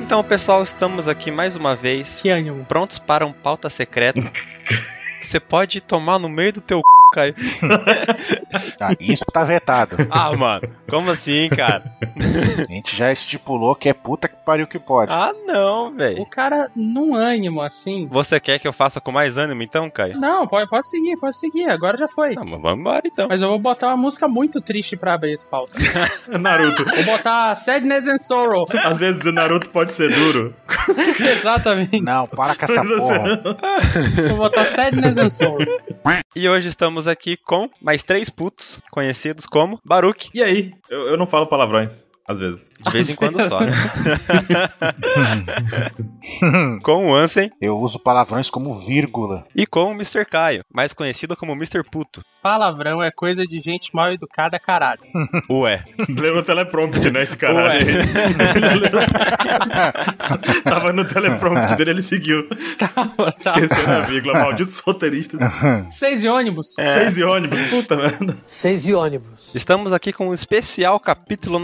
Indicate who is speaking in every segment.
Speaker 1: Então, pessoal, estamos aqui mais uma vez,
Speaker 2: Que ânimo.
Speaker 1: prontos para um pauta secreta. que Você pode tomar no meio do teu c, Caio.
Speaker 3: Ah, isso tá vetado.
Speaker 1: Ah, mano, como assim, cara?
Speaker 3: A gente já estipulou que é puta que pariu que pode.
Speaker 1: Ah, não,
Speaker 2: O
Speaker 1: velho.
Speaker 2: cara, num ânimo assim.
Speaker 1: Você quer que eu faça com mais ânimo então, Caio?
Speaker 2: Não, pode, pode seguir, pode seguir. Agora já foi.
Speaker 1: Tá, mas vamos embora então.
Speaker 2: Mas eu vou botar uma música muito triste pra abrir esse pauta.
Speaker 4: Naruto.
Speaker 2: Vou botar Sadness and Sorrow.
Speaker 4: Às vezes o Naruto pode ser duro.
Speaker 2: Exatamente.
Speaker 3: Não, para com essa
Speaker 4: Mas assim, você
Speaker 3: porra.
Speaker 4: não-
Speaker 2: Vou botar Sadness and Sorrow.
Speaker 1: E hoje estamos aqui com mais três putos, conhecidos como Baruque,
Speaker 4: E aí? Eu, eu não falo palavrões, às vezes.
Speaker 1: de vez em quando só. né? com o Ansem
Speaker 3: Eu uso palavrões como vírgula.
Speaker 1: e com o Mr. Caio, mais conhecido como Mr. Puto.
Speaker 2: Palavrão é coisa de gente mal educada, caralho.
Speaker 1: Ué.
Speaker 4: Lembra o teleprompt, né, esse cara?
Speaker 1: Ué.
Speaker 4: Tava no teleprompt dele, ele seguiu.
Speaker 2: Tava, tava.
Speaker 4: Esqueceu da vírgula. Malditos roteiristas.
Speaker 2: Seis de ônibus.
Speaker 4: Seis e ônibus. Puta merda.
Speaker 5: Seis de ônibus.
Speaker 1: Estamos aqui com um especial capítulo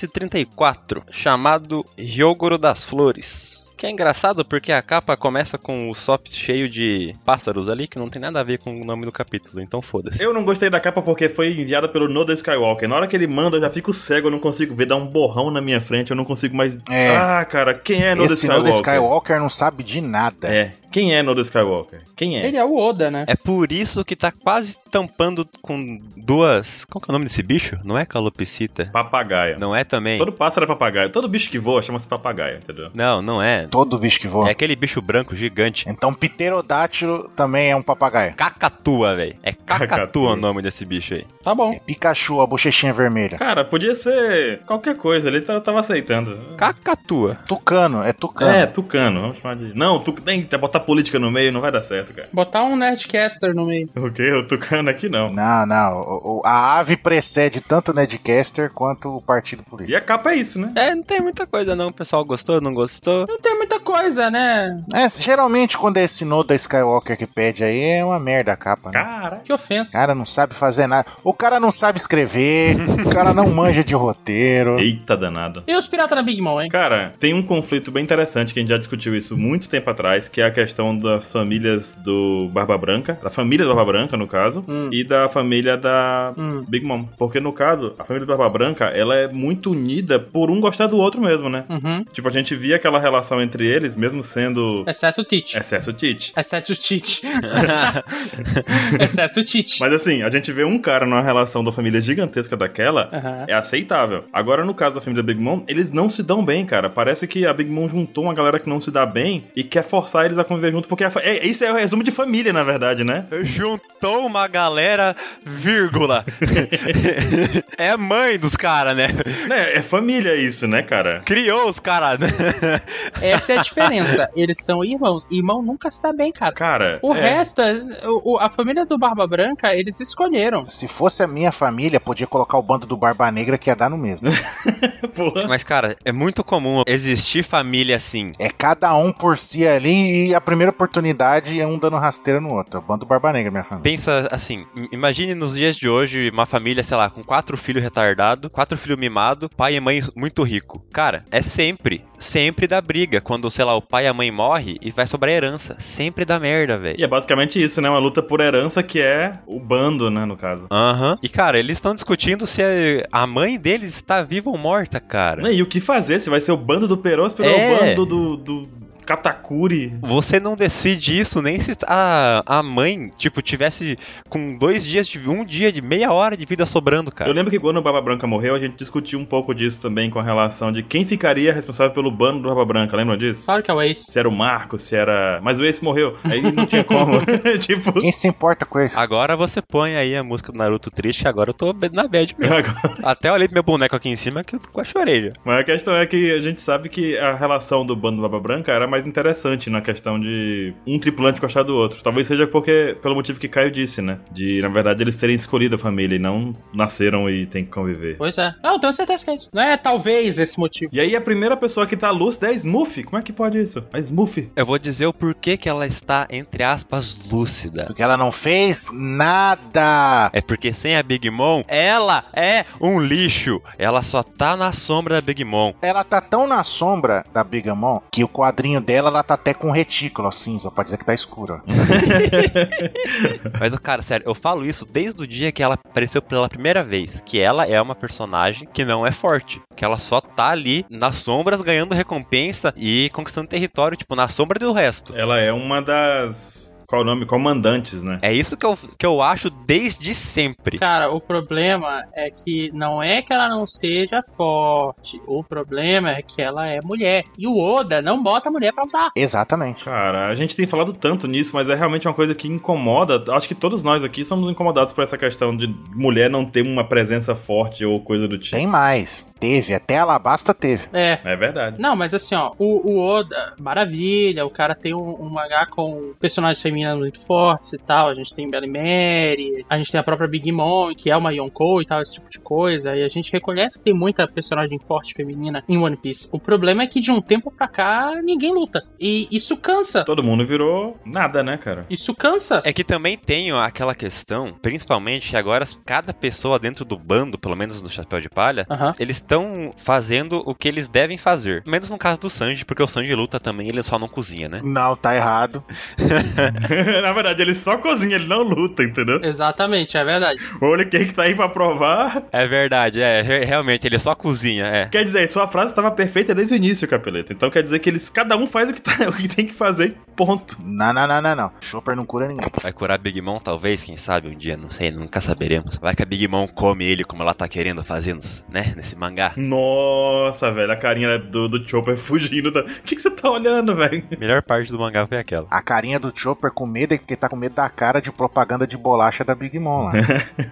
Speaker 1: 934, chamado Ryogoro das Flores. Que é engraçado porque a capa começa com o sop cheio de pássaros ali, que não tem nada a ver com o nome do capítulo, então foda-se.
Speaker 4: Eu não gostei da capa porque foi enviada pelo Noda Skywalker. Na hora que ele manda, eu já fico cego, eu não consigo ver, dá um borrão na minha frente, eu não consigo mais.
Speaker 3: É.
Speaker 4: Ah, cara, quem é Noda
Speaker 3: Esse Noda
Speaker 4: Skywalker?
Speaker 3: Skywalker não sabe de nada.
Speaker 4: É. Quem é Noda Skywalker? Quem é?
Speaker 2: Ele é o Oda, né?
Speaker 1: É por isso que tá quase tampando com duas. Qual que é o nome desse bicho? Não é calopsita?
Speaker 4: Papagaio.
Speaker 1: Não é também?
Speaker 4: Todo pássaro é papagaio. Todo bicho que voa chama-se papagaio, entendeu?
Speaker 1: Não, não é.
Speaker 3: Todo bicho que voa.
Speaker 1: É aquele bicho branco gigante.
Speaker 3: Então pterodátilo também é um papagaio.
Speaker 1: Cacatua, velho. É cacatua
Speaker 4: Cacatua.
Speaker 1: o nome desse bicho aí.
Speaker 2: Tá bom.
Speaker 3: É Pikachu, a bochechinha vermelha.
Speaker 4: Cara, podia ser qualquer coisa, ele tá- tava aceitando.
Speaker 1: Cacatua.
Speaker 3: Tucano, é tucano.
Speaker 4: É, tucano, vamos chamar de. Não, tu... Eita, botar política no meio não vai dar certo, cara.
Speaker 2: Botar um Nerdcaster no meio.
Speaker 4: O quê? O tucano aqui não.
Speaker 3: Não, não. o- o- a ave precede tanto o Nedcaster quanto o partido político.
Speaker 4: E a capa é isso, né?
Speaker 1: É, não tem muita coisa não. O pessoal gostou, não gostou.
Speaker 2: Não tem muita coisa, né?
Speaker 3: É, geralmente quando é esse Noda Skywalker que pede aí é uma merda a capa, né?
Speaker 4: Cara.
Speaker 2: Que
Speaker 3: O
Speaker 2: ofensa.
Speaker 3: cara não sabe fazer nada. O cara não sabe escrever, o cara não manja de roteiro.
Speaker 4: Eita danado.
Speaker 2: E os piratas na Big Mom, hein?
Speaker 4: Cara, tem um conflito bem interessante que a gente já discutiu isso muito tempo atrás, que é a questão das famílias do Barba Branca, da família do Barba Branca, no caso,
Speaker 2: Hum.
Speaker 4: e da família da
Speaker 2: Hum.
Speaker 4: Big Mom. Porque, no caso, a família do Barba Branca, ela é muito unida por um gostar do outro mesmo, né?
Speaker 2: Uhum.
Speaker 4: Tipo, a gente via aquela relação entre eles, mesmo sendo...
Speaker 2: Exceto o Tite.
Speaker 4: Excesso Tite.
Speaker 2: Exceto o Tite. Exceto o Tite.
Speaker 4: Mas assim, a gente vê um cara numa relação da família gigantesca daquela,
Speaker 2: Aham.
Speaker 4: é aceitável. Agora, no caso da família Big Mom, eles não se dão bem, cara. Parece que a Big Mom juntou uma galera que não se dá bem e quer forçar eles a conviver junto, porque a fa- é, isso é o resumo de família, na verdade, né?
Speaker 1: Juntou uma galera, vírgula. é mãe dos caras, né?
Speaker 4: Né, É família isso, né, cara?
Speaker 1: Criou os caras, né?
Speaker 2: Essa é a diferença. Eles são irmãos. Irmão nunca se dá bem, cara.
Speaker 4: Cara,
Speaker 2: O
Speaker 4: é.
Speaker 2: resto, é- o- o- a família do Barba Branca, eles escolheram.
Speaker 3: Se fosse a minha família, podia colocar o bando do Barba Negra que ia dar no mesmo.
Speaker 4: Porra.
Speaker 1: Mas, cara, é muito comum existir família assim.
Speaker 3: É cada um por si ali e a primeira oportunidade é um dando rasteira no outro. É O bando do Barba Negra, minha família.
Speaker 1: Pensa assim, im- imagine nos dias de hoje uma família, sei lá, com quatro filhos retardados, quatro filhos mimados, pai e mãe muito rico. Cara, é sempre, sempre da briga. Quando, sei lá, o pai e a mãe morre e vai sobrar herança. Sempre da merda, velho.
Speaker 4: E é basicamente isso, né? Uma luta por herança que é o bando, né, no caso.
Speaker 1: Aham. E, cara, eles estão discutindo se a a mãe deles está viva ou morta, cara.
Speaker 4: Né, E o que fazer? Se vai ser o bando do Peróspero ou o
Speaker 1: É.
Speaker 4: bando do, do Katakuri?
Speaker 1: Você não decide isso nem se a, a mãe, tipo, tivesse com dois dias, de um dia de meia hora de vida sobrando,
Speaker 4: Eu
Speaker 1: cara.
Speaker 4: lembro que quando o Barba Branca morreu, a gente discutiu um pouco disso também com a relação de quem ficaria responsável pelo bando do Barba Branca, lembram disso?
Speaker 2: Claro que é o Ace.
Speaker 4: Se era o Marco, se era. Mas o Ace morreu. Aí não tinha como. tipo.
Speaker 3: Quem se importa com isso?
Speaker 1: Agora você põe aí a música do Naruto triste, agora eu tô be- na bad mesmo. Até olhei pro meu boneco aqui em cima que eu quase chorei já.
Speaker 4: Mas a questão é que a gente sabe que a relação do bando do Barba Branca era mais interessante na questão de um tripulante gostar do outro. Talvez seja porque, pelo motivo que Caio disse, né? De, na verdade, eles terem escolhido a família e não nasceram e tem que conviver.
Speaker 2: Pois é. Não, tenho certeza que é isso. Não é talvez esse motivo.
Speaker 4: E aí a primeira pessoa que tá lúcida é a Smurf. Como é que pode isso? A Smurf.
Speaker 1: Eu vou dizer o porquê que ela está, entre aspas, lúcida.
Speaker 3: Porque ela não fez nada.
Speaker 1: É porque sem a Big Mom, ela é um lixo. Ela só tá na sombra da Big Mom.
Speaker 3: Ela tá tão na sombra da Big Mom que o quadrinho dela ela tá até com retículo ó, cinza, pode dizer que tá escuro. ó.
Speaker 1: Mas, ô, cara, sério, eu falo isso desde o dia que ela apareceu pela primeira vez. Que ela é uma personagem que não é forte. Que ela só tá ali nas sombras ganhando recompensa e conquistando território, tipo, na sombra do resto.
Speaker 4: Ela é uma das. Qual o nome? Comandantes, né?
Speaker 1: É isso que eu, que eu acho desde sempre.
Speaker 2: Cara, o problema é que não é que ela não seja forte. O problema é que ela é mulher. E o Oda não bota a mulher pra usar.
Speaker 3: Exatamente.
Speaker 4: Cara, a gente tem falado tanto nisso, mas é realmente uma coisa que incomoda. Acho que todos nós aqui somos incomodados por essa questão de mulher não ter uma presença forte ou coisa do tipo.
Speaker 3: Tem mais. Teve, até a Alabasta teve.
Speaker 2: É.
Speaker 4: É verdade.
Speaker 2: Não, mas assim, ó, o, o Oda, maravilha, o cara tem um, um mangá com personagens femininos muito fortes e tal. A gente tem Belle Mary, a gente tem a própria Big Mom, que é uma Yonkou e tal, esse tipo de coisa. E a gente reconhece que tem muita personagem forte feminina em One Piece. O problema é que de um tempo pra cá ninguém luta. E isso cansa.
Speaker 4: Todo mundo virou nada, né, cara?
Speaker 2: Isso cansa.
Speaker 1: É que também tem aquela questão, principalmente que agora cada pessoa dentro do bando, pelo menos no Chapéu de Palha,
Speaker 2: Aham.
Speaker 1: eles estão fazendo o que eles devem fazer. Menos no caso do Sanji, porque o Sanji luta também, ele só não cozinha, né?
Speaker 3: Não, tá errado.
Speaker 4: Na verdade, ele só cozinha, ele não luta, entendeu?
Speaker 2: Exatamente, é verdade.
Speaker 4: Olha quem que tá aí pra provar.
Speaker 1: É verdade, é, re- realmente, ele só cozinha, é.
Speaker 4: Quer dizer, sua frase estava perfeita desde o início, Capeleto. Então quer dizer que eles, cada um faz o que, tá- o que tem que fazer, ponto.
Speaker 3: Não, não, não, não, não. Chopper não cura ninguém.
Speaker 1: Vai curar Big Mom, talvez, quem sabe, um dia, não sei, nunca saberemos. Vai que a Big Mom come ele como ela tá querendo fazer, nos- né, nesse mangá.
Speaker 4: Nossa, velho, a carinha do, do Chopper fugindo da... O que, que você tá olhando, velho?
Speaker 1: Melhor parte do mangá foi aquela.
Speaker 3: A carinha do Chopper com medo é que tá com medo da cara de propaganda de bolacha da Big Mom lá.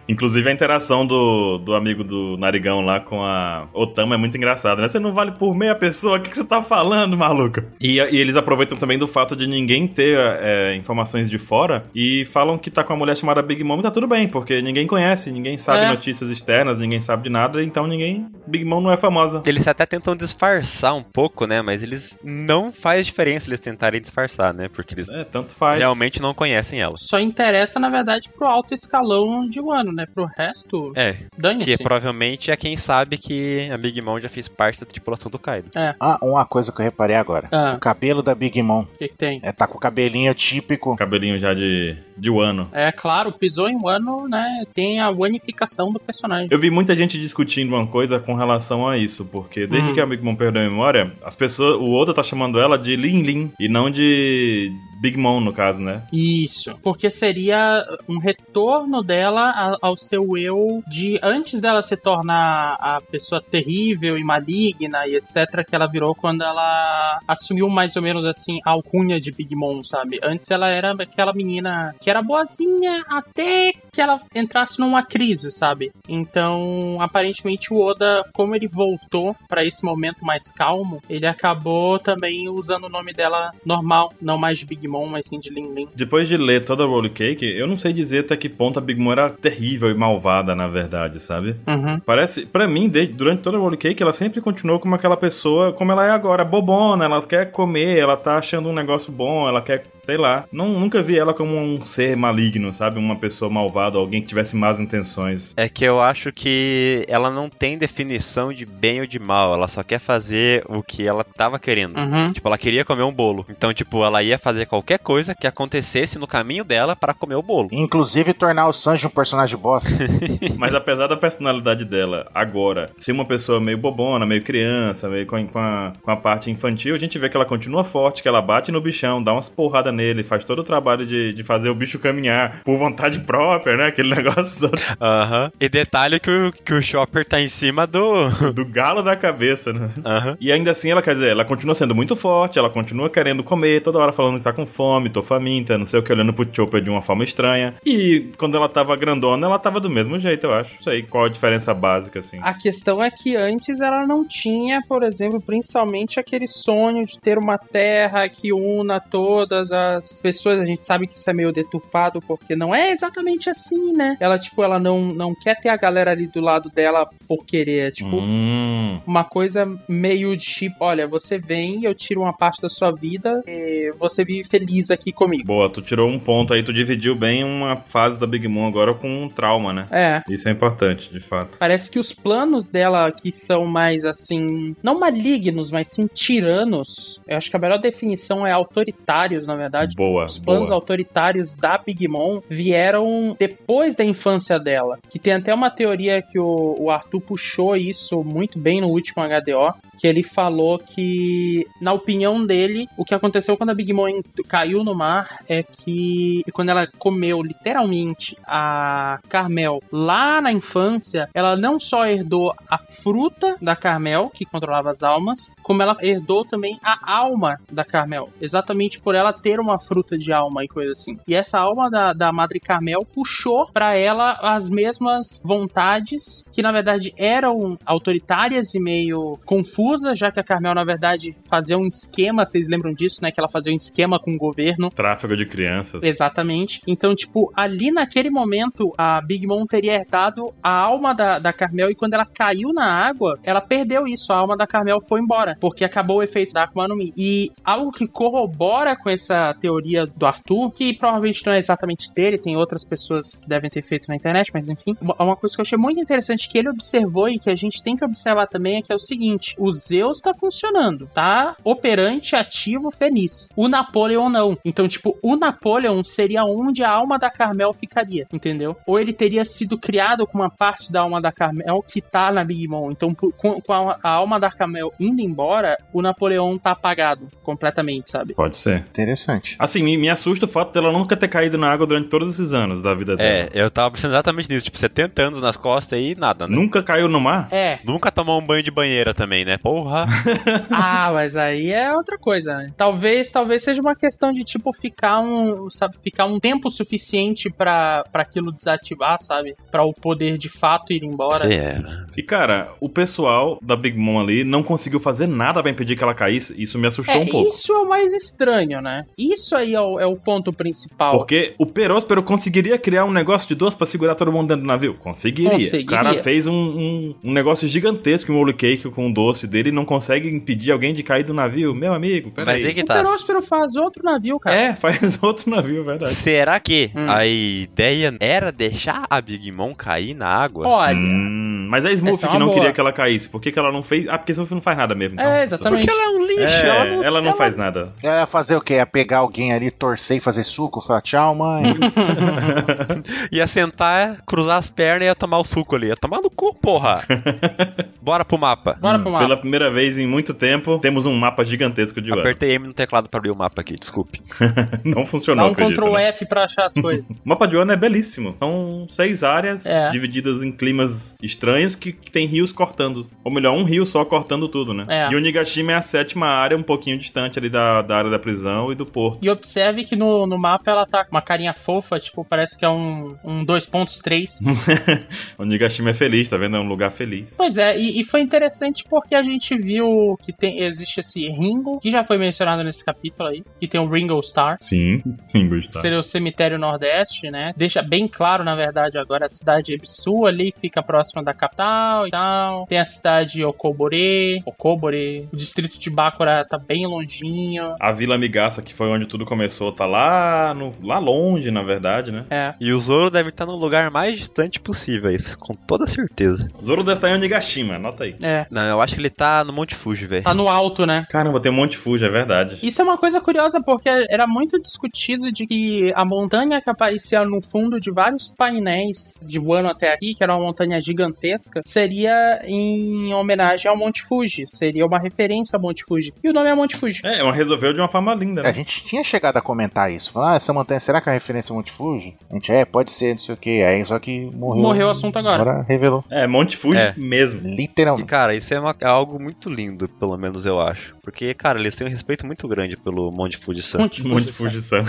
Speaker 4: Inclusive a interação do, do amigo do Narigão lá com a Otama é muito engraçada, né? Você não vale por meia pessoa, o que, que você tá falando, maluca? E, e eles aproveitam também do fato de ninguém ter é, informações de fora e falam que tá com uma mulher chamada Big Mom e tá tudo bem, porque ninguém conhece, ninguém sabe
Speaker 2: É.
Speaker 4: notícias externas, ninguém sabe de nada, então ninguém... Big Mom não é famosa.
Speaker 1: Eles até tentam disfarçar um pouco, né? Mas eles não faz diferença eles tentarem disfarçar, né? Porque eles
Speaker 4: É, tanto faz.
Speaker 1: realmente não conhecem ela.
Speaker 2: Só interessa, na verdade, pro alto escalão de Wano, né? Pro resto,
Speaker 1: É, que
Speaker 2: dane-se.
Speaker 1: provavelmente é quem sabe que a Big Mom já fez parte da tripulação do Kaido.
Speaker 3: Ah, uma coisa que eu reparei agora.
Speaker 2: Ah.
Speaker 3: O cabelo da Big Mom.
Speaker 2: O que, que tem?
Speaker 3: É, tá com o cabelinho típico.
Speaker 4: Cabelinho já de, de um Wano.
Speaker 2: É claro, pisou em Wano, né? Tem a wanificação do personagem.
Speaker 4: Eu vi muita gente discutindo uma coisa com relação a isso, porque desde
Speaker 2: Hum.
Speaker 4: que a Big Mom perdeu a memória, as pessoas, o Oda tá chamando ela de Lin Lin e não de Big Mom no caso, né?
Speaker 2: Isso, porque seria um retorno dela a- ao seu eu de antes dela se tornar a pessoa terrível e maligna e etc que ela virou quando ela assumiu mais ou menos assim a alcunha de Big Mom, sabe? Antes ela era aquela menina que era boazinha até que ela entrasse numa crise, sabe? Então, aparentemente o Oda, como ele voltou pra esse momento mais calmo, ele acabou também usando o nome dela normal, não mais de Big Mom, mas sim de Lin Lin.
Speaker 4: Depois de ler toda a Roll Cake, eu não sei dizer até que ponto a Big Mom era terrível e malvada, na verdade, sabe?
Speaker 2: Uhum.
Speaker 4: Parece, pra mim, de- durante toda a Roll Cake, ela sempre continuou como aquela pessoa, como ela é agora, bobona, ela quer comer, ela tá achando um negócio bom, ela quer, sei lá. Não, nunca vi ela como um ser maligno, sabe? Uma pessoa malvada, alguém que tivesse más intenções.
Speaker 1: É que eu acho que ela não tem definição de bem ou de mal, ela só quer fazer o que ela tava querendo.
Speaker 2: Uhum.
Speaker 1: Tipo, ela queria comer um bolo. Então, tipo, ela ia fazer qualquer coisa que acontecesse no caminho dela para comer o bolo.
Speaker 3: Inclusive tornar o Sanji um personagem bosta.
Speaker 4: Mas apesar da personalidade dela agora ser uma pessoa meio bobona, meio criança, meio com, com a, com a parte infantil, a gente vê que ela continua forte, que ela bate no bichão, dá umas porradas nele, faz todo o trabalho de, de fazer o bicho caminhar por vontade própria, Chopper, né? Aquele negócio todo.
Speaker 1: Aham. E detalhe que o, que o Chopper tá em cima do.
Speaker 4: do galo da cabeça, né?
Speaker 1: Aham.
Speaker 4: E ainda assim, ela quer dizer, ela continua sendo muito forte, ela continua querendo comer, toda hora falando que tá com fome, tô faminta, não sei o que, olhando pro Chopper de uma forma estranha. E quando ela tava grandona, ela tava do mesmo jeito, eu acho. Não sei qual a diferença básica, assim.
Speaker 2: A questão é que antes ela não tinha, por exemplo, principalmente aquele sonho de ter uma terra que una todas as pessoas. A gente sabe que isso é meio deturpado, porque não é exatamente assim, né? Ela, tipo, ela não, não quer ter a galera ali do lado dela por querer. É, tipo,
Speaker 4: Hum.
Speaker 2: uma coisa meio de tipo, olha, você vem, eu tiro uma parte da sua vida e você vive feliz aqui comigo.
Speaker 4: Boa, tu tirou um ponto aí, tu dividiu bem uma fase da Big Mom agora com um trauma, né?
Speaker 2: É.
Speaker 4: Isso é importante, de fato.
Speaker 2: Parece que os planos dela, que são mais assim, não malignos, mas sim tiranos. Eu acho que a melhor definição é autoritários, na verdade.
Speaker 4: Boa,
Speaker 2: Os planos
Speaker 4: boa.
Speaker 2: autoritários da Big Mom vieram depois da infância dela. Que tem até uma teoria que o, o Arthur puxou isso muito bem no último HDO. Que ele falou que, na opinião dele, o que aconteceu quando a Big Mom ent- caiu no mar é que quando ela comeu literalmente a Carmel lá na infância, ela não só herdou a fruta da Carmel, que controlava as almas, como ela herdou também a alma da Carmel. Exatamente por ela ter uma fruta de alma e coisa assim. E essa alma da, da Madre Carmel puxou pra ela as mesmas vontades, que na verdade eram autoritárias e meio confusas, já que a Carmel, na verdade, fazia um esquema, vocês lembram disso, né? Que ela fazia um esquema com o governo
Speaker 4: Tráfego de crianças.
Speaker 2: Exatamente. Então, tipo, ali naquele momento, a Big Mom teria herdado a alma da, da Carmel e quando ela caiu na água, ela perdeu isso. A alma da Carmel foi embora, porque acabou o efeito da Akuma no Mi. E algo que corrobora com essa teoria do Arthur, que provavelmente não é exatamente dele, tem outras pessoas que devem ter feito na internet, mas enfim. Uma uma coisa que eu achei muito interessante é que ele observou e que a gente tem que observar também é que é o seguinte: o Zeus tá funcionando, tá operante, ativo, feliz. O Napoleon não. Então, tipo, o Napoleon seria onde a alma da Carmel ficaria, entendeu? Ou ele teria sido criado com uma parte da alma da Carmel que tá na Big Mom. Então, por- com, com a, a alma da Carmel indo embora, o Napoleon tá apagado completamente, sabe?
Speaker 4: Pode ser.
Speaker 3: Interessante.
Speaker 4: Assim, me, me assusta o fato dela nunca ter caído na água durante todos esses anos da vida dela.
Speaker 1: É, eu tava pensando exatamente nisso. Tipo, 70 anos nas costas e nada, né?
Speaker 4: Nunca caiu no mar?
Speaker 2: É,
Speaker 1: Nunca tomou um banho de banheira também, né? Porra!
Speaker 2: Ah, mas aí é outra coisa, né? Talvez, talvez seja uma questão de tipo ficar um, sabe, ficar um tempo suficiente pra para aquilo desativar, sabe? Pra o poder de fato ir embora.
Speaker 1: Você era.
Speaker 4: E cara, o pessoal da Big Mom ali não conseguiu fazer nada pra impedir que ela caísse. Isso me assustou
Speaker 2: É,
Speaker 4: um pouco.
Speaker 2: isso é o mais estranho, né? Isso aí é o, é o ponto principal.
Speaker 4: Porque o Peróspero conseguiria criar um negócio de duas pra segurar todo mundo dentro do navio? Conseguiria.
Speaker 2: Conseguiria.
Speaker 4: O cara fez um, um, um negócio gigantesco, um roll cake com o doce dele e não consegue impedir alguém de cair do navio. Meu amigo, peraí.
Speaker 1: Mas aí que
Speaker 2: o
Speaker 1: tá.
Speaker 2: Peróspero Um faz outro navio, cara.
Speaker 4: assim? É, faz outro navio, é verdade.
Speaker 1: Será que
Speaker 2: Hum.
Speaker 1: a ideia era deixar a Big Mom cair na água?
Speaker 2: Olha,
Speaker 4: Hum, mas é a Smurf
Speaker 2: Essa é
Speaker 4: que
Speaker 2: uma
Speaker 4: não
Speaker 2: boa.
Speaker 4: queria que ela caísse. Por que, que ela não fez? Ah, porque a Smurf não faz nada mesmo. então.
Speaker 2: É, exatamente.
Speaker 1: Porque ela é um lixo,
Speaker 4: É,
Speaker 1: ela não,
Speaker 4: ela não faz nada.
Speaker 3: Ela ia É, fazer o quê? Ia pegar alguém ali, torcer e fazer suco? Falar tchau, mãe.
Speaker 1: Ia sentar, cruzar as pernas e ia tomar o suco ali. Ia tomar no cu, porra. Bora pro mapa.
Speaker 2: bora pro mapa.
Speaker 4: Hum. Pela primeira vez em muito tempo, temos um mapa gigantesco de Wano.
Speaker 1: Apertei M no teclado pra abrir o mapa aqui, desculpe.
Speaker 4: Não
Speaker 2: Dá
Speaker 4: funcionou,
Speaker 2: um
Speaker 4: acredito.
Speaker 2: Ctrl
Speaker 4: né?
Speaker 2: F pra achar as coisas.
Speaker 4: O mapa de Wano é belíssimo. São seis áreas
Speaker 2: É.
Speaker 4: divididas em climas estranhos que, que tem rios cortando. Ou melhor, um rio só cortando tudo, né?
Speaker 2: É.
Speaker 4: E o Nigashima é a sétima área, um pouquinho distante ali da, da área da prisão e do porto.
Speaker 2: E observe que no, no mapa ela tá com uma carinha fofa, tipo, parece que é um, um 2.3.
Speaker 4: o Nigashima é feliz, tá vendo? É um lugar feliz.
Speaker 2: Pois é, e, e foi interessante porque a gente viu que tem, existe esse Ringo, que já foi mencionado nesse capítulo aí, que tem o Ringo Star.
Speaker 4: Sim, sim,
Speaker 2: que
Speaker 4: Gustavo.
Speaker 2: Seria o cemitério nordeste, né? Deixa bem claro, na verdade, agora a cidade de Ebisu ali, que fica próxima da capital e tal. Tem a cidade de Okobore, Okobore. O distrito de Bakura tá bem longinho.
Speaker 4: A Vila Migaça, que foi onde tudo começou, tá lá, no, lá longe, na verdade, né?
Speaker 2: É.
Speaker 1: E o Zoro deve estar no lugar mais distante possível, é isso com toda certeza.
Speaker 4: Zoro deve estar em Onigashima, anota aí.
Speaker 2: É.
Speaker 1: Não, eu acho que ele tá no Monte Fuji, velho.
Speaker 2: Tá no alto, né?
Speaker 4: Caramba, tem um monte de Fuji, é verdade.
Speaker 2: Isso é uma coisa curiosa, porque era muito discutido de que a montanha que aparecia no fundo de vários painéis de Wano até aqui, que era uma montanha gigantesca, seria em homenagem ao Monte Fuji. Seria uma referência ao Monte Fuji. E o nome é Monte Fuji.
Speaker 4: É, ela resolveu de uma forma linda,
Speaker 3: A
Speaker 4: né?
Speaker 3: gente tinha chegado a comentar isso. Falar, ah, essa montanha, será que é uma referência ao Monte Fuji? A gente, é, pode ser, não sei o que. Aí só que morreu.
Speaker 2: Morreu o assunto agora.
Speaker 3: Agora revelou.
Speaker 4: É, Monte Fuji
Speaker 1: É.
Speaker 4: mesmo.
Speaker 1: E,
Speaker 3: Literalmente.
Speaker 1: cara, isso é, uma- é algo muito lindo, pelo menos eu acho. Porque, cara, eles têm um respeito muito grande pelo Monte Fuji-san.
Speaker 2: Monte Fuji.
Speaker 4: Monte Fuji Sam.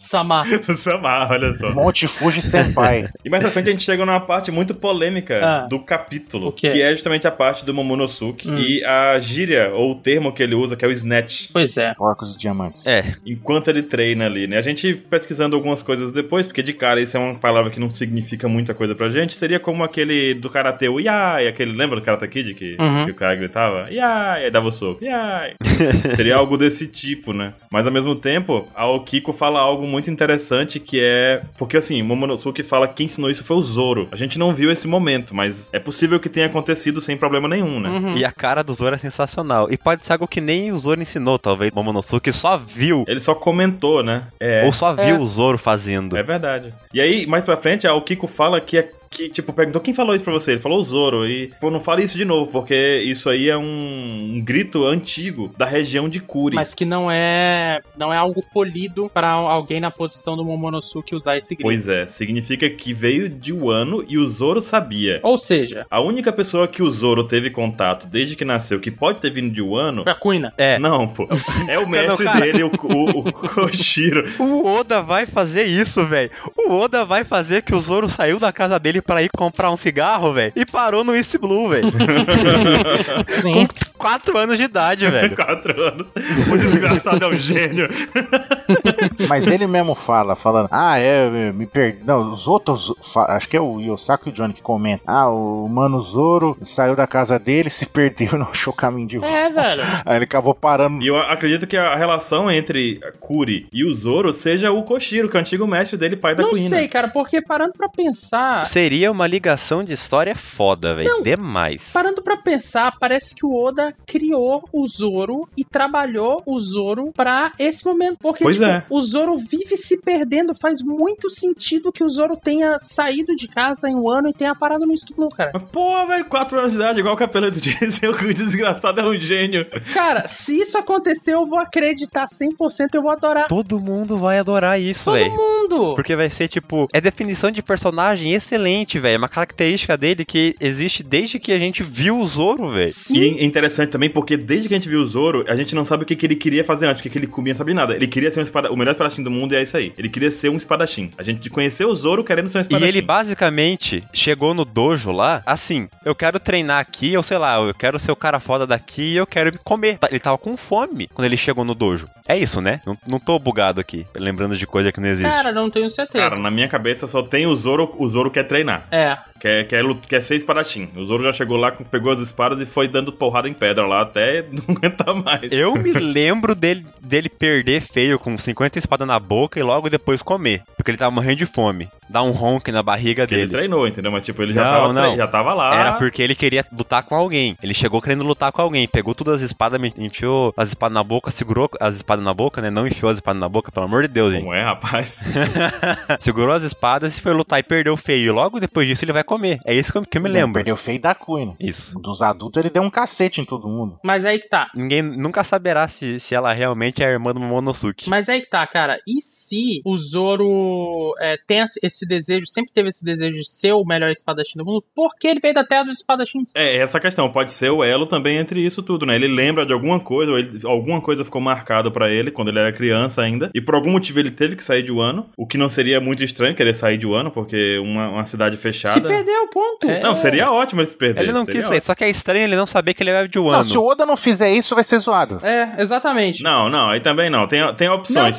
Speaker 2: Samar.
Speaker 4: Samar, olha só.
Speaker 3: Monte Fuji Senpai.
Speaker 4: E mais pra frente a gente chega numa parte muito polêmica
Speaker 2: Ah.
Speaker 4: do capítulo,
Speaker 2: O quê?
Speaker 4: que é justamente a parte do Momonosuke
Speaker 2: Hum.
Speaker 4: e a gíria ou o termo que ele usa, que é o snatch,
Speaker 2: Pois é.
Speaker 3: Porcos e diamantes.
Speaker 1: É,
Speaker 4: enquanto ele treina ali, né? A gente pesquisando algumas coisas depois, porque de cara isso é uma palavra que não significa muita coisa pra gente, seria como aquele do karatê, o yai, aquele, lembra do Karate Kid que,
Speaker 2: Uhum.
Speaker 4: que o cara gritava? Yai, aí dava o soco, yai. Seria algo desse tipo, né? Mas ao mesmo tempo, a Okiko fala algo muito interessante que é. Porque assim, Momonosuke fala que quem ensinou isso foi o Zoro. A gente não viu esse momento, mas é possível que tenha acontecido sem problema nenhum, né?
Speaker 2: Uhum.
Speaker 1: E a cara do Zoro é sensacional. E pode ser algo que nem o Zoro ensinou, talvez. Momonosuke só viu.
Speaker 4: Ele só comentou, né? É.
Speaker 1: Ou só viu
Speaker 2: É.
Speaker 1: o Zoro fazendo.
Speaker 4: É verdade. E aí, mais pra frente, o Kiko fala que é que, tipo, perguntou quem falou isso pra você? Ele falou o Zoro. E, pô, não fala isso de novo, porque isso aí é um, um grito antigo da região de Kuri.
Speaker 2: Mas que não é não é algo polido pra alguém na posição do Momonosuke usar esse grito.
Speaker 4: Pois é, significa que veio de Wano e o Zoro sabia.
Speaker 2: Ou seja,
Speaker 4: A única pessoa que o Zoro teve contato desde que nasceu, que pode ter vindo de Wano...
Speaker 2: a Kuina.
Speaker 1: É.
Speaker 4: Não, pô. É o mestre
Speaker 1: Não, cara.
Speaker 4: dele, o, o, o Koshiro.
Speaker 1: O Oda vai fazer isso, velho. O Oda vai fazer que o Zoro saiu da casa dele pra ir comprar um cigarro, velho. E parou no East Blue, velho.
Speaker 3: Sim.
Speaker 1: Quatro anos de idade, velho.
Speaker 4: Quatro anos. O desgraçado é um gênio.
Speaker 3: Mas ele mesmo fala, falando, ah, é, me perdi. Não, os outros, fa- acho que é o Yosako e o Johnny que comentam. Ah, o Mano Zoro saiu da casa dele, se perdeu, não achou o caminho de volta.
Speaker 2: É, velho.
Speaker 3: Aí ele acabou parando.
Speaker 4: E eu acredito que a relação entre a Kuri e o Zoro seja o Koshiro, que é o antigo mestre dele, pai da né?
Speaker 2: Não
Speaker 4: Kuina.
Speaker 2: sei, cara, porque parando pra pensar,
Speaker 1: Seria uma ligação de história foda, velho. Demais.
Speaker 2: parando pra pensar, parece que o Oda criou o Zoro e trabalhou o Zoro pra esse momento, porque
Speaker 4: Pois
Speaker 2: tipo,
Speaker 4: é.
Speaker 2: o Zoro vive se perdendo, faz muito sentido que o Zoro tenha saído de casa em um ano e tenha parado no East Blue, cara.
Speaker 4: Mas, Pô, velho, 4 anos de idade, igual o Capeleto disse, o desgraçado é um gênio.
Speaker 2: Cara, se isso acontecer, eu vou acreditar 100%, eu vou adorar
Speaker 1: Todo mundo vai adorar isso,
Speaker 2: Todo
Speaker 1: velho.
Speaker 2: mundo.
Speaker 1: Porque vai ser tipo. É definição de personagem excelente, velho. É uma característica dele que existe desde que a gente viu o Zoro, velho.
Speaker 2: Sim.
Speaker 4: E é interessante também, porque desde que a gente viu o Zoro, a gente não sabe o que, que ele queria fazer antes, o que, que ele comia, não sabe nada. Ele queria ser um espada... o melhor espadachim do mundo e é isso aí. Ele queria ser um espadachim. A gente conheceu o Zoro querendo ser um
Speaker 1: E
Speaker 4: espadachim.
Speaker 1: ele basicamente chegou no dojo lá, assim, eu quero treinar aqui, eu sei lá, eu quero ser o cara foda daqui e eu quero me comer. Tá, Ele tava com fome quando ele chegou no dojo. É isso, né? Não, não tô bugado aqui, lembrando de coisa que não existe.
Speaker 2: Cara, não tenho certeza.
Speaker 4: Cara, na minha cabeça só tem o Zoro, o Zoro quer treinar,
Speaker 2: É.
Speaker 4: quer, quer, lut- quer ser espadachim. O Zoro já chegou lá, pegou as espadas e foi dando porrada em pedra lá até não aguentar mais.
Speaker 1: Eu me lembro dele, dele perder feio com 50 espadas na boca e logo depois comer, porque ele tava morrendo de fome. Dar um ronco na barriga
Speaker 4: Porque ele
Speaker 1: dele.
Speaker 4: treinou, entendeu? Mas tipo, ele já,
Speaker 1: Não,
Speaker 4: tava,
Speaker 1: não.
Speaker 4: tre- já tava lá.
Speaker 3: Ah.
Speaker 1: Era porque ele queria lutar com alguém. Ele chegou querendo lutar com alguém, pegou todas as espadas, me- enfiou as espadas na boca, segurou as espadas na boca, né? Não enfiou as espadas na boca, pelo amor de Deus, gente.
Speaker 4: Como é, rapaz?
Speaker 1: Segurou as espadas e foi lutar e perdeu feio. E logo depois disso ele vai comer. É isso que eu, que eu me lembro.
Speaker 3: Perdeu feio da Queen.
Speaker 1: Isso.
Speaker 3: Dos adultos, ele deu um cacete em todo mundo.
Speaker 2: Mas aí que tá.
Speaker 1: Ninguém nunca saberá se, se ela realmente é a irmã do Momonosuke.
Speaker 2: Mas aí que tá, cara. E se o Zoro é, tem esse- esse desejo, sempre teve esse desejo de ser o melhor espadachim do mundo, por que ele veio da terra dos espadachins?
Speaker 4: é, essa questão. Pode ser o elo também entre isso tudo, né? Ele lembra de alguma coisa, ou ele- alguma coisa ficou marcada pra ele quando ele era criança ainda. E por algum motivo ele teve que sair de Wano. O que não seria muito estranho querer sair de Wano, porque uma, uma cidade
Speaker 2: Se
Speaker 4: fechada.
Speaker 2: perdeu, ponto.
Speaker 1: É.
Speaker 4: Não, seria ótimo ele se perder.
Speaker 1: Ele não
Speaker 4: seria
Speaker 1: quis sair,
Speaker 4: ótimo.
Speaker 1: só que é estranho ele não saber que ele é de Wano.
Speaker 3: Não, se o Oda não fizer isso, vai ser zoado.
Speaker 2: É, exatamente.
Speaker 4: Não, não, aí também não. Tem, tem opções,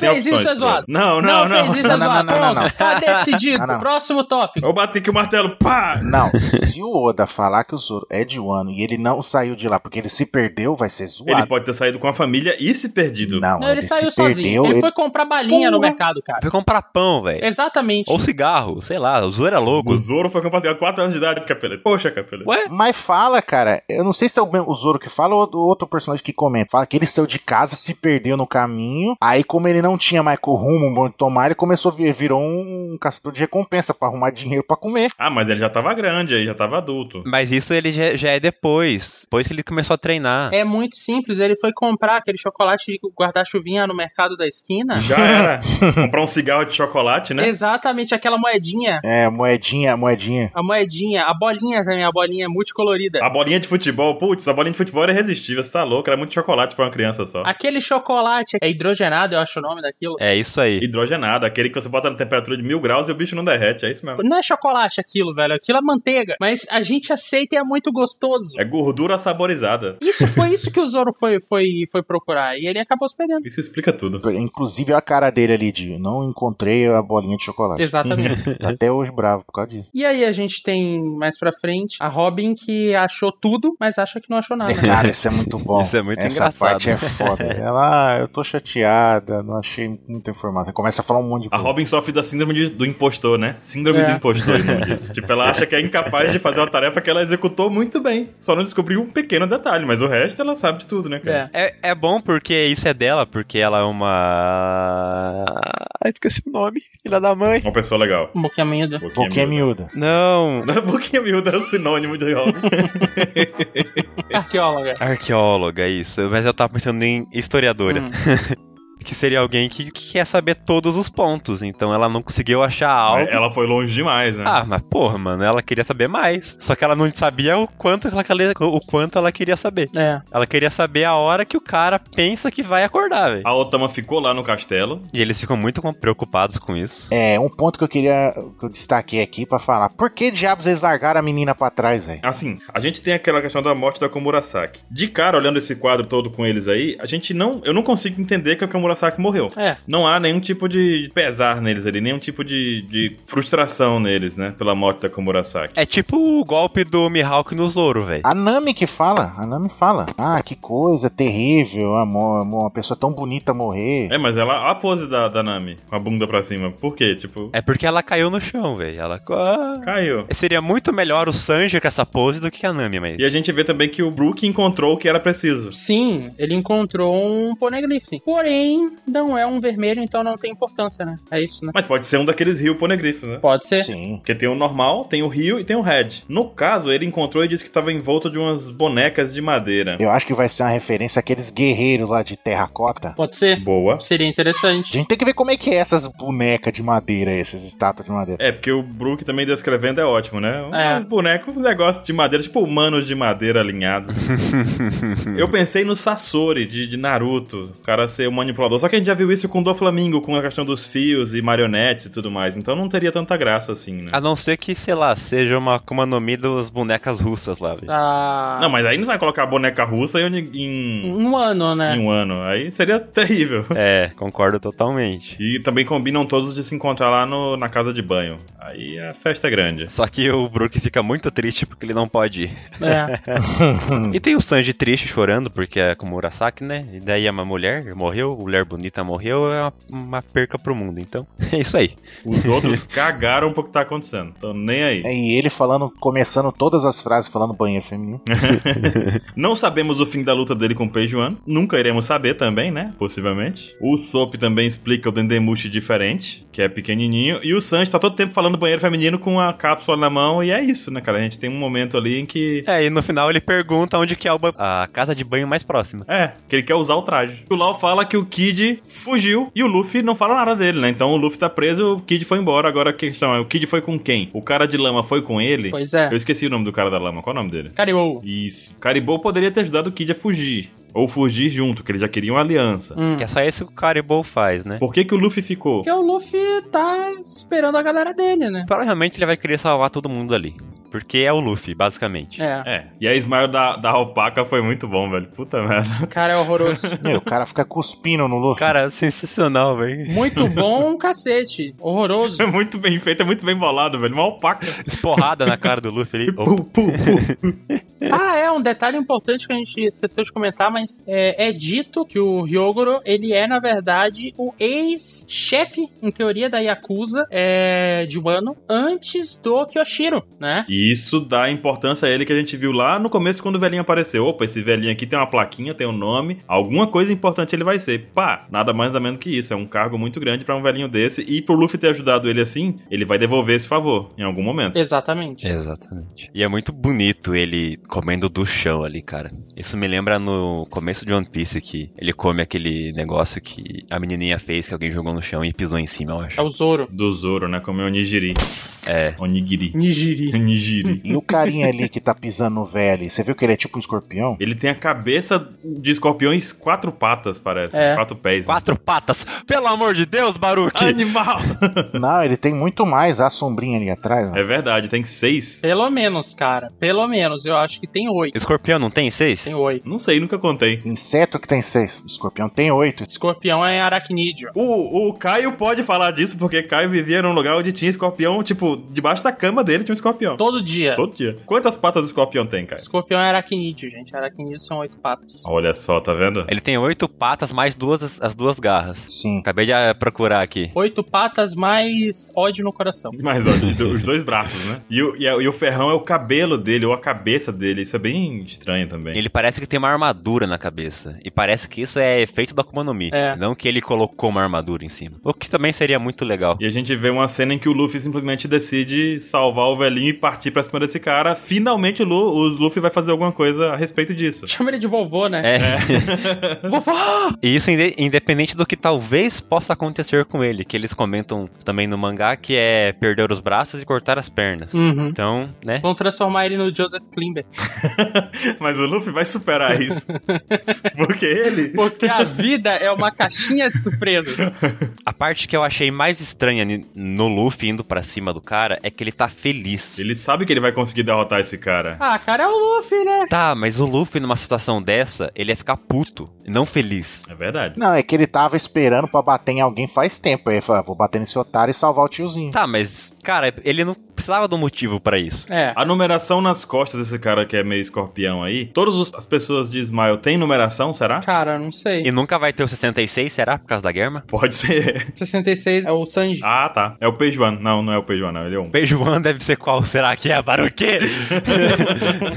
Speaker 2: Não
Speaker 4: tem
Speaker 2: fez isso,
Speaker 4: opções.
Speaker 2: é zoado.
Speaker 4: Não, não, não.
Speaker 2: fez isso,
Speaker 3: Não, não,
Speaker 2: Eduardo.
Speaker 3: não, não,
Speaker 2: Ponto.
Speaker 3: não. Ah,
Speaker 2: Tá decidido.
Speaker 3: Não, não.
Speaker 2: Próximo tópico.
Speaker 4: Eu bati aqui o martelo, pá!
Speaker 3: Não, se o Oda falar que o Zoro é de Wano e ele não saiu de lá porque ele se perdeu, vai ser zoado.
Speaker 4: Ele pode ter saído com a família e se perdido.
Speaker 3: Não,
Speaker 2: Não, ele saiu
Speaker 3: se
Speaker 2: sozinho.
Speaker 3: perdeu.
Speaker 2: ele
Speaker 3: ele-
Speaker 2: foi comprar balinha no
Speaker 3: Porra.
Speaker 2: mercado, cara.
Speaker 1: Foi comprar pão, velho.
Speaker 2: Exatamente.
Speaker 1: Ou cigarro, sei lá, o Zoro é louco.
Speaker 4: O Zoro foi compartilhar. tinha 4 anos de idade, Capeleto. Poxa, Capeleto.
Speaker 1: Ué?
Speaker 3: Mas fala, cara, eu não sei se é o, mesmo- o Zoro que fala ou o outro personagem que comenta. Fala que ele saiu de casa, se perdeu no caminho. Aí, como ele não tinha mais co- rumo bom de tomar, ele começou a vir, virou um caçador de recompensa pra arrumar dinheiro pra comer.
Speaker 4: Ah, mas ele já tava grande aí, já tava adulto.
Speaker 1: Mas isso ele já, já é depois. Depois que ele começou a treinar.
Speaker 2: É muito simples. Ele foi comprar aquele chocolate de guarda-chuvinha no mercado da esquina.
Speaker 4: Já era. Comprar um cigarro de chocolate, né?
Speaker 2: Exatamente aquela moedinha.
Speaker 3: É, moedinha, moedinha.
Speaker 2: A moedinha, a bolinha também, a bolinha multicolorida.
Speaker 4: A bolinha de futebol, putz, a bolinha de futebol era irresistível, você tá louco, era muito chocolate pra uma criança só.
Speaker 2: Aquele chocolate é hidrogenado, eu acho o nome daquilo.
Speaker 1: É isso aí.
Speaker 4: Hidrogenado, aquele que você bota na temperatura de mil graus e o bicho não derrete, é isso mesmo.
Speaker 2: Não é chocolate aquilo, velho. Aquilo é manteiga. Mas a gente aceita e é muito gostoso.
Speaker 4: É gordura saborizada.
Speaker 2: Isso foi isso que o Zoro foi, foi, foi procurar. E ele acabou se perdendo.
Speaker 4: Isso explica tudo.
Speaker 3: Inclusive a cara dele ali de não encontrei a bolinha de chocolate.
Speaker 2: Exatamente.
Speaker 3: Tá até hoje bravo por causa disso.
Speaker 2: E aí a gente tem mais pra frente a Robin que achou tudo, mas acha que não achou nada.
Speaker 3: Cara, isso é muito bom.
Speaker 1: Isso é muito
Speaker 3: Essa
Speaker 1: engraçado.
Speaker 3: parte é foda. Ela, ah, eu tô chateada, não achei muita informação. Começa a falar um monte de
Speaker 4: A
Speaker 3: coisa.
Speaker 4: Robin sofre da síndrome de- do impostor, né? Síndrome
Speaker 2: É.
Speaker 4: do impostor, irmão disso. Tipo, ela acha que é incapaz de fazer uma tarefa que ela executou muito bem. Só não descobriu um pequeno detalhe, mas o resto ela sabe de tudo, né, cara?
Speaker 2: É.
Speaker 1: É, é bom porque isso é dela, porque ela é uma. Ah, esqueci o nome. Filha da mãe.
Speaker 4: Uma pessoa legal.
Speaker 2: Um pouquinho amido.
Speaker 3: Boquinha é miúda.
Speaker 1: Não.
Speaker 4: miúda. Boquinha miúda é o sinônimo de Robin.
Speaker 2: Arqueóloga.
Speaker 1: Arqueóloga, isso. Mas eu tava pensando em historiadora.
Speaker 2: Hum.
Speaker 1: Que seria alguém que, que quer saber todos os pontos. Então ela não conseguiu achar algo.
Speaker 4: Ela foi longe demais, né?
Speaker 1: Ah, mas porra, mano, ela queria saber mais. Só que ela não sabia o quanto ela, o quanto ela queria saber.
Speaker 2: É.
Speaker 1: Ela queria saber a hora que o cara pensa que vai acordar, velho.
Speaker 4: A Otama ficou lá no castelo.
Speaker 1: E eles ficam muito com- preocupados com isso.
Speaker 3: É, um ponto que eu queria que eu destaquei aqui pra falar. Por que diabos eles largaram a menina pra trás, velho?
Speaker 4: Assim, a gente tem aquela questão da morte da Komurasaki. De cara, olhando esse quadro todo com eles aí, a gente não. Eu não consigo entender que a Komurasaki morreu.
Speaker 2: É.
Speaker 4: Não há nenhum tipo de pesar neles ali, nenhum tipo de, de frustração neles, né? Pela morte da Komurasaki.
Speaker 1: É tipo o golpe do Mihawk no Zoro, velho.
Speaker 3: A Nami que fala, a Nami fala. Ah, que coisa terrível, amor, amor, uma pessoa tão bonita morrer.
Speaker 4: É, mas ela. A pose da, da Nami, com a bunda pra cima. Por quê? Tipo.
Speaker 1: É porque ela caiu no chão, velho. Ela. Ah.
Speaker 4: Caiu.
Speaker 1: Seria muito melhor o Sanji com essa pose do que a Nami, mas.
Speaker 4: E a gente vê também que o Brook encontrou o que era preciso.
Speaker 2: Sim, ele encontrou um poneglyph. Porém, não é um vermelho, então não tem importância, né? É isso, né?
Speaker 4: Mas pode ser um daqueles rios ponegrifos, né?
Speaker 2: Pode ser.
Speaker 3: Sim.
Speaker 4: Porque tem o normal, tem o rio e tem o red. No caso, ele encontrou e disse que estava em volta de umas bonecas de madeira.
Speaker 3: Eu acho que vai ser uma referência àqueles guerreiros lá de terracota.
Speaker 2: Pode ser.
Speaker 4: Boa.
Speaker 2: Seria
Speaker 3: A
Speaker 2: interessante.
Speaker 3: gente tem que ver como é que é essas bonecas de madeira, essas estátuas de madeira.
Speaker 4: É, porque o Brook também descrevendo é ótimo, né? Um
Speaker 2: É.
Speaker 4: boneco, um negócio de madeira, tipo humanos de madeira alinhados. Eu pensei no Sasori de, de Naruto, o cara ser o manipulador. Só que a gente já viu isso com o Doflamingo, com a questão dos fios e marionetes e tudo mais. Então não teria tanta graça assim, né?
Speaker 1: A não ser que, sei lá, seja uma Akuma no Mi das bonecas russas lá, velho.
Speaker 2: Ah,
Speaker 4: Não, mas aí não vai colocar a boneca russa em, em-
Speaker 2: Um ano, né?
Speaker 4: em um ano. Aí seria terrível.
Speaker 1: É, concordo totalmente.
Speaker 4: E também combinam todos de se encontrar lá no- na casa de banho. Aí a festa é grande.
Speaker 1: Só que o Brook fica muito triste porque ele não pode ir.
Speaker 2: É.
Speaker 1: E tem o Sanji triste chorando porque é com o Murasaki, né? E daí é uma mulher, morreu, mulher bonita morreu, é uma, uma perca pro mundo. Então, é isso aí.
Speaker 4: Os outros cagaram pro que tá acontecendo. Tô nem aí.
Speaker 3: E ele falando, começando todas as frases falando banheiro feminino.
Speaker 4: Não sabemos o fim da luta dele com o Peijuan. Nunca iremos saber também, né? Possivelmente. O Sop também explica o Dendemushi diferente, que é pequenininho. E o Sanji tá todo tempo falando banheiro feminino com a cápsula na mão. E é isso, né, cara? A gente tem um momento ali em que...
Speaker 1: É, e no final ele pergunta onde que é o ba- a casa de banho mais próxima.
Speaker 4: É, que ele quer usar o traje. O Lau fala que o Kid fugiu e o Luffy não fala nada dele, né? Então o Luffy tá preso, o Kid foi embora. Agora a questão é, o Kid foi com quem? O cara de lama foi com ele?
Speaker 2: Pois é.
Speaker 4: Eu esqueci o nome do cara da lama. Qual é o nome dele?
Speaker 2: Caribou.
Speaker 4: Isso. Caribou poderia ter ajudado o Kid a fugir. Ou fugir junto, que eles já queriam aliança.
Speaker 2: Hum.
Speaker 1: Que é só isso que o Caribou faz, né?
Speaker 4: Por que, que o Luffy ficou?
Speaker 2: Porque o Luffy tá esperando a galera dele, né?
Speaker 1: Provavelmente ele vai querer salvar todo mundo ali. Porque é o Luffy, basicamente.
Speaker 2: É.
Speaker 4: É, e a Smile da, da alpaca foi muito bom, velho. Puta merda.
Speaker 2: O cara é horroroso.
Speaker 3: Meu, o cara fica cuspindo no Luffy.
Speaker 1: Cara, sensacional, velho.
Speaker 2: Muito bom, um cacete. Horroroso.
Speaker 4: É muito bem feito, é muito bem bolado, velho. Uma alpaca.
Speaker 1: Oh. Esporrada na cara do Luffy ali.
Speaker 4: Pum, pum, pum.
Speaker 2: Ah, é um detalhe importante que a gente esqueceu de comentar, mas é, é dito que o Ryogoro, ele é, na verdade, o ex-chefe, em teoria, da Yakuza é, de Wano, antes do Kyoshiro, né?
Speaker 4: E isso dá importância a ele que a gente viu lá no começo quando o velhinho apareceu. Opa, esse velhinho aqui tem uma plaquinha, tem um nome, alguma coisa importante ele vai ser. Pá, nada mais nada menos que isso. É um cargo muito grande pra um velhinho desse. E pro Luffy ter ajudado ele assim, ele vai devolver esse favor em algum momento.
Speaker 2: Exatamente.
Speaker 1: Exatamente. E é muito bonito ele comendo do chão ali, cara. Isso me lembra no começo de One Piece que ele come aquele negócio que a menininha fez, que alguém jogou no chão e pisou em cima, eu acho.
Speaker 2: É o Zoro.
Speaker 4: Do Zoro, né? Como é o Nigiri.
Speaker 1: É.
Speaker 4: Onigiri.
Speaker 2: Nijiri.
Speaker 4: Nigiri.
Speaker 3: E o carinha ali que tá pisando no velho, ali, você viu que ele é tipo um escorpião?
Speaker 4: Ele tem a cabeça de escorpiões quatro patas, parece.
Speaker 2: É.
Speaker 4: Quatro pés. né?
Speaker 1: Quatro patas! Pelo amor de Deus, Baruque!
Speaker 4: Animal!
Speaker 3: Não, ele tem muito mais a sombrinha ali atrás. ó.
Speaker 4: é verdade, tem seis.
Speaker 2: Pelo menos, cara. Pelo menos. Eu acho que tem oito.
Speaker 1: Escorpião não tem seis?
Speaker 2: Tem oito.
Speaker 4: Não sei, nunca contei.
Speaker 3: Inseto que tem seis, escorpião tem oito.
Speaker 2: Escorpião é aracnídeo.
Speaker 4: O, o Caio pode falar disso, porque Caio vivia num lugar onde tinha escorpião, tipo, debaixo da cama dele tinha um escorpião.
Speaker 2: Todo dia.
Speaker 4: Todo dia. Quantas patas o escorpião tem, Caio?
Speaker 2: Escorpião é aracnídeo, gente. Aracnídeo são oito patas.
Speaker 4: Olha só, tá
Speaker 2: um-
Speaker 4: vendo?
Speaker 2: É.
Speaker 1: Ele tem oito patas mais duas as- as duas garras.
Speaker 3: Sim.
Speaker 1: Acabei de ah, procurar aqui.
Speaker 2: Oito patas mais ódio no coração.
Speaker 4: Mas olha, um, do- os dois braços, né? E o, e a- e o ferrão é o cabelo dele, ou a cabeça dele. Isso é bem estranho também.
Speaker 1: Ele parece que tem uma armadura na cabeça. E parece que isso é efeito da Akuma no Mi.
Speaker 2: É.
Speaker 1: Não que ele colocou uma armadura em cima. O que também seria muito legal.
Speaker 4: E a gente vê uma cena em que o Luffy simplesmente decide salvar o velhinho e partir pra cima desse cara. Finalmente o Lu, os Luffy vai fazer alguma coisa a respeito disso.
Speaker 2: Chama ele de vovô, né?
Speaker 1: É.
Speaker 2: Vovô!
Speaker 1: E isso inde- independente do que talvez possa acontecer com ele, que eles comentam também no mangá, que é perder os braços e cortar as pernas.
Speaker 2: Uhum.
Speaker 1: Então, né?
Speaker 2: Vão transformar ele no Joseph Klimber.
Speaker 4: Mas o Luffy vai superar isso. Porque ele.
Speaker 2: Porque a vida é uma caixinha de surpresas.
Speaker 1: A parte que eu achei mais estranha ni- no Luffy indo pra cima do cara é que ele tá feliz.
Speaker 4: Ele sabe que ele vai conseguir derrotar esse cara.
Speaker 2: Ah, cara, é o Luffy, né?
Speaker 1: Tá, mas o Luffy numa situação dessa, ele ia ficar puto, não feliz.
Speaker 4: É verdade.
Speaker 3: Não, é que ele tava esperando pra bater em alguém faz tempo. Aí ele falou, "Ah, vou bater nesse otário e salvar o tiozinho.
Speaker 1: Tá, mas, cara, ele não precisava de um motivo pra isso.
Speaker 2: É.
Speaker 4: A numeração nas costas desse cara que é meio escorpião aí. Todas os- as pessoas de Smile têm numeração, será?
Speaker 2: Cara, não sei.
Speaker 1: E nunca vai ter o 66, será? Por causa da guerra?
Speaker 4: Pode ser.
Speaker 2: 66 é o Sanji.
Speaker 4: Ah, tá. É o Page One. Não, não é o Page One, não. Ele é um.
Speaker 1: Page One deve ser qual? Será que é? Baruque?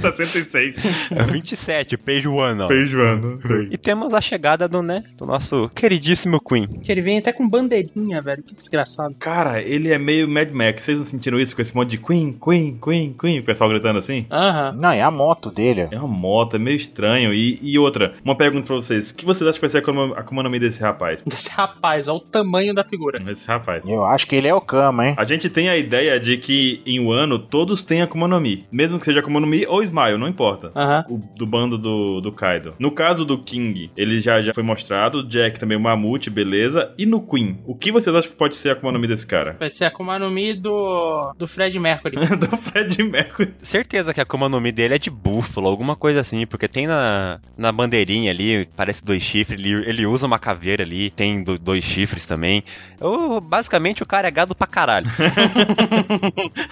Speaker 4: Tá 66.
Speaker 1: É 27, Page One, ó.
Speaker 4: Page One. não sei.
Speaker 1: E temos a chegada do, né, do nosso queridíssimo Queen.
Speaker 2: Que ele vem até com bandeirinha, velho. Que desgraçado.
Speaker 4: Cara, ele é meio Mad Max. Vocês não sentiram isso com esse monte de Queen, Queen, Queen, Queen? O pessoal gritando assim?
Speaker 2: Aham.
Speaker 3: Não, é a moto dele. ó.
Speaker 4: É uma moto, é meio estranho. E, e outra, uma pergunta pra vocês. O que vocês acham que vai ser a Akuma- Akuma no Mi desse rapaz?
Speaker 2: Esse rapaz, olha o tamanho da figura.
Speaker 4: Esse rapaz.
Speaker 3: Eu acho que ele é o Kama, hein?
Speaker 4: A gente tem a ideia de que em um ano todos têm Akuma no Mi. Mesmo que seja Akuma no Mi ou Smile, não importa.
Speaker 2: Aham.
Speaker 4: O- do bando do, do Kaido. No caso do King, ele já, já foi mostrado. Jack também, o Mamute, beleza. E no Queen, o que vocês acham que pode ser a Akuma no Mi desse cara?
Speaker 2: Vai ser a Akuma no Mi do, do Fred Mercury.
Speaker 4: do Fred Mercury.
Speaker 1: Certeza que a Akuma no Mi dele é de búfalo, alguma coisa assim, porque tem na, na bandeirinha ali, parece dois chifres, ele, ele usa uma caveira ali, tem do- dois chifres também. Eu, basicamente, o cara é gado pra caralho.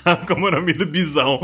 Speaker 4: Akuma no Mi do Bisão.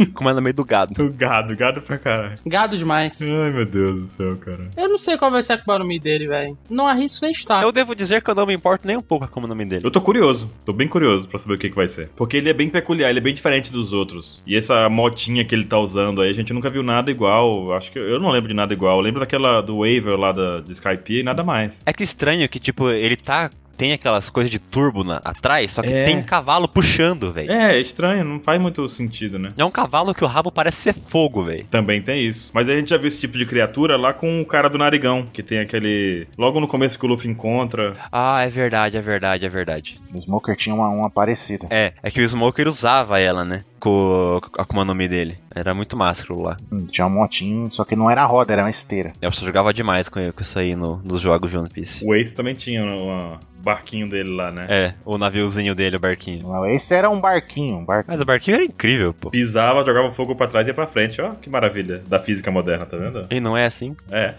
Speaker 1: Akuma no Mi do gado.
Speaker 4: Do gado, gado pra caralho.
Speaker 2: Gado demais.
Speaker 4: Ai, meu Deus do céu, cara.
Speaker 2: Eu não sei qual vai ser a Akuma no Mi dele, velho. Não arrisco nem estar.
Speaker 1: Eu devo dizer que eu não me importo nem um pouco com a Akuma no Mi dele.
Speaker 4: Eu tô curioso, tô bem curioso pra saber o que, que vai ser. Porque ele é bem peculiar, ele é bem diferente dos outros. E essa motinha que ele tá usando aí, a gente nunca viu nada igual. Acho que eu não lembro de nada igual. Eu lembro daquela do Waver lá da, de Skype e nada mais.
Speaker 1: É que estranho que, tipo, ele tá... Tem aquelas coisas de turbo na- atrás, só que
Speaker 4: É.
Speaker 1: tem um cavalo puxando, velho. É.
Speaker 4: É, é estranho, não faz muito sentido, né?
Speaker 1: um cavalo que o rabo parece ser fogo, velho.
Speaker 4: Também tem isso. Mas a gente já viu esse tipo de criatura lá com o cara do narigão, que tem aquele. Logo no começo que o Luffy encontra.
Speaker 1: Ah, é verdade, é verdade, é verdade.
Speaker 3: O Smoker tinha uma, uma parecida.
Speaker 1: É, é que o Smoker usava ela, né? Com o- com a Akuma no Mi dele. Era muito másculo lá.
Speaker 4: É.
Speaker 3: Hum, Tinha um motinho, só que não era roda, era uma esteira.
Speaker 1: Eu só jogava demais com, com isso aí no- nos jogos de One Piece.
Speaker 4: O Ace também tinha né, o o barquinho dele lá, né?
Speaker 1: É, o naviozinho dele, o barquinho.
Speaker 3: Esse era um barquinho, um barco.
Speaker 1: Mas o barquinho era incrível, pô.
Speaker 4: Pisava, jogava fogo pra trás e ia pra frente. Ó, que maravilha da física moderna, tá vendo?
Speaker 1: E não é assim?
Speaker 4: É.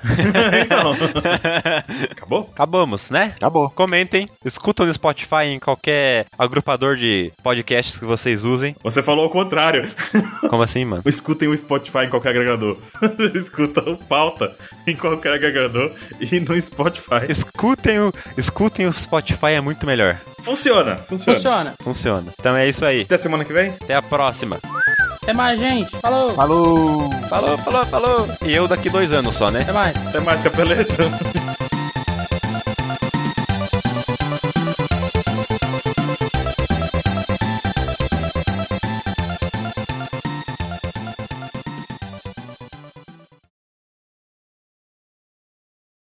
Speaker 4: então. Acabou?
Speaker 1: Acabamos, né?
Speaker 3: Acabou.
Speaker 1: Comentem, escutam no Spotify, em qualquer agrupador de podcasts que vocês usem.
Speaker 4: Você falou com contrário.
Speaker 1: Como assim, mano?
Speaker 4: Escutem o Spotify em qualquer agregador. Escuta o pauta em qualquer agregador e no Spotify.
Speaker 1: Escutem o, escutem o Spotify, é muito melhor.
Speaker 4: Funciona, funciona.
Speaker 2: Funciona.
Speaker 1: Funciona. Então é isso aí.
Speaker 4: Até semana que vem.
Speaker 1: Até a próxima.
Speaker 2: Até mais, gente. Falou.
Speaker 3: Falou!
Speaker 1: Falou, falou, falou. E eu daqui dois anos só, né?
Speaker 2: Até mais.
Speaker 4: Até mais, capeleta.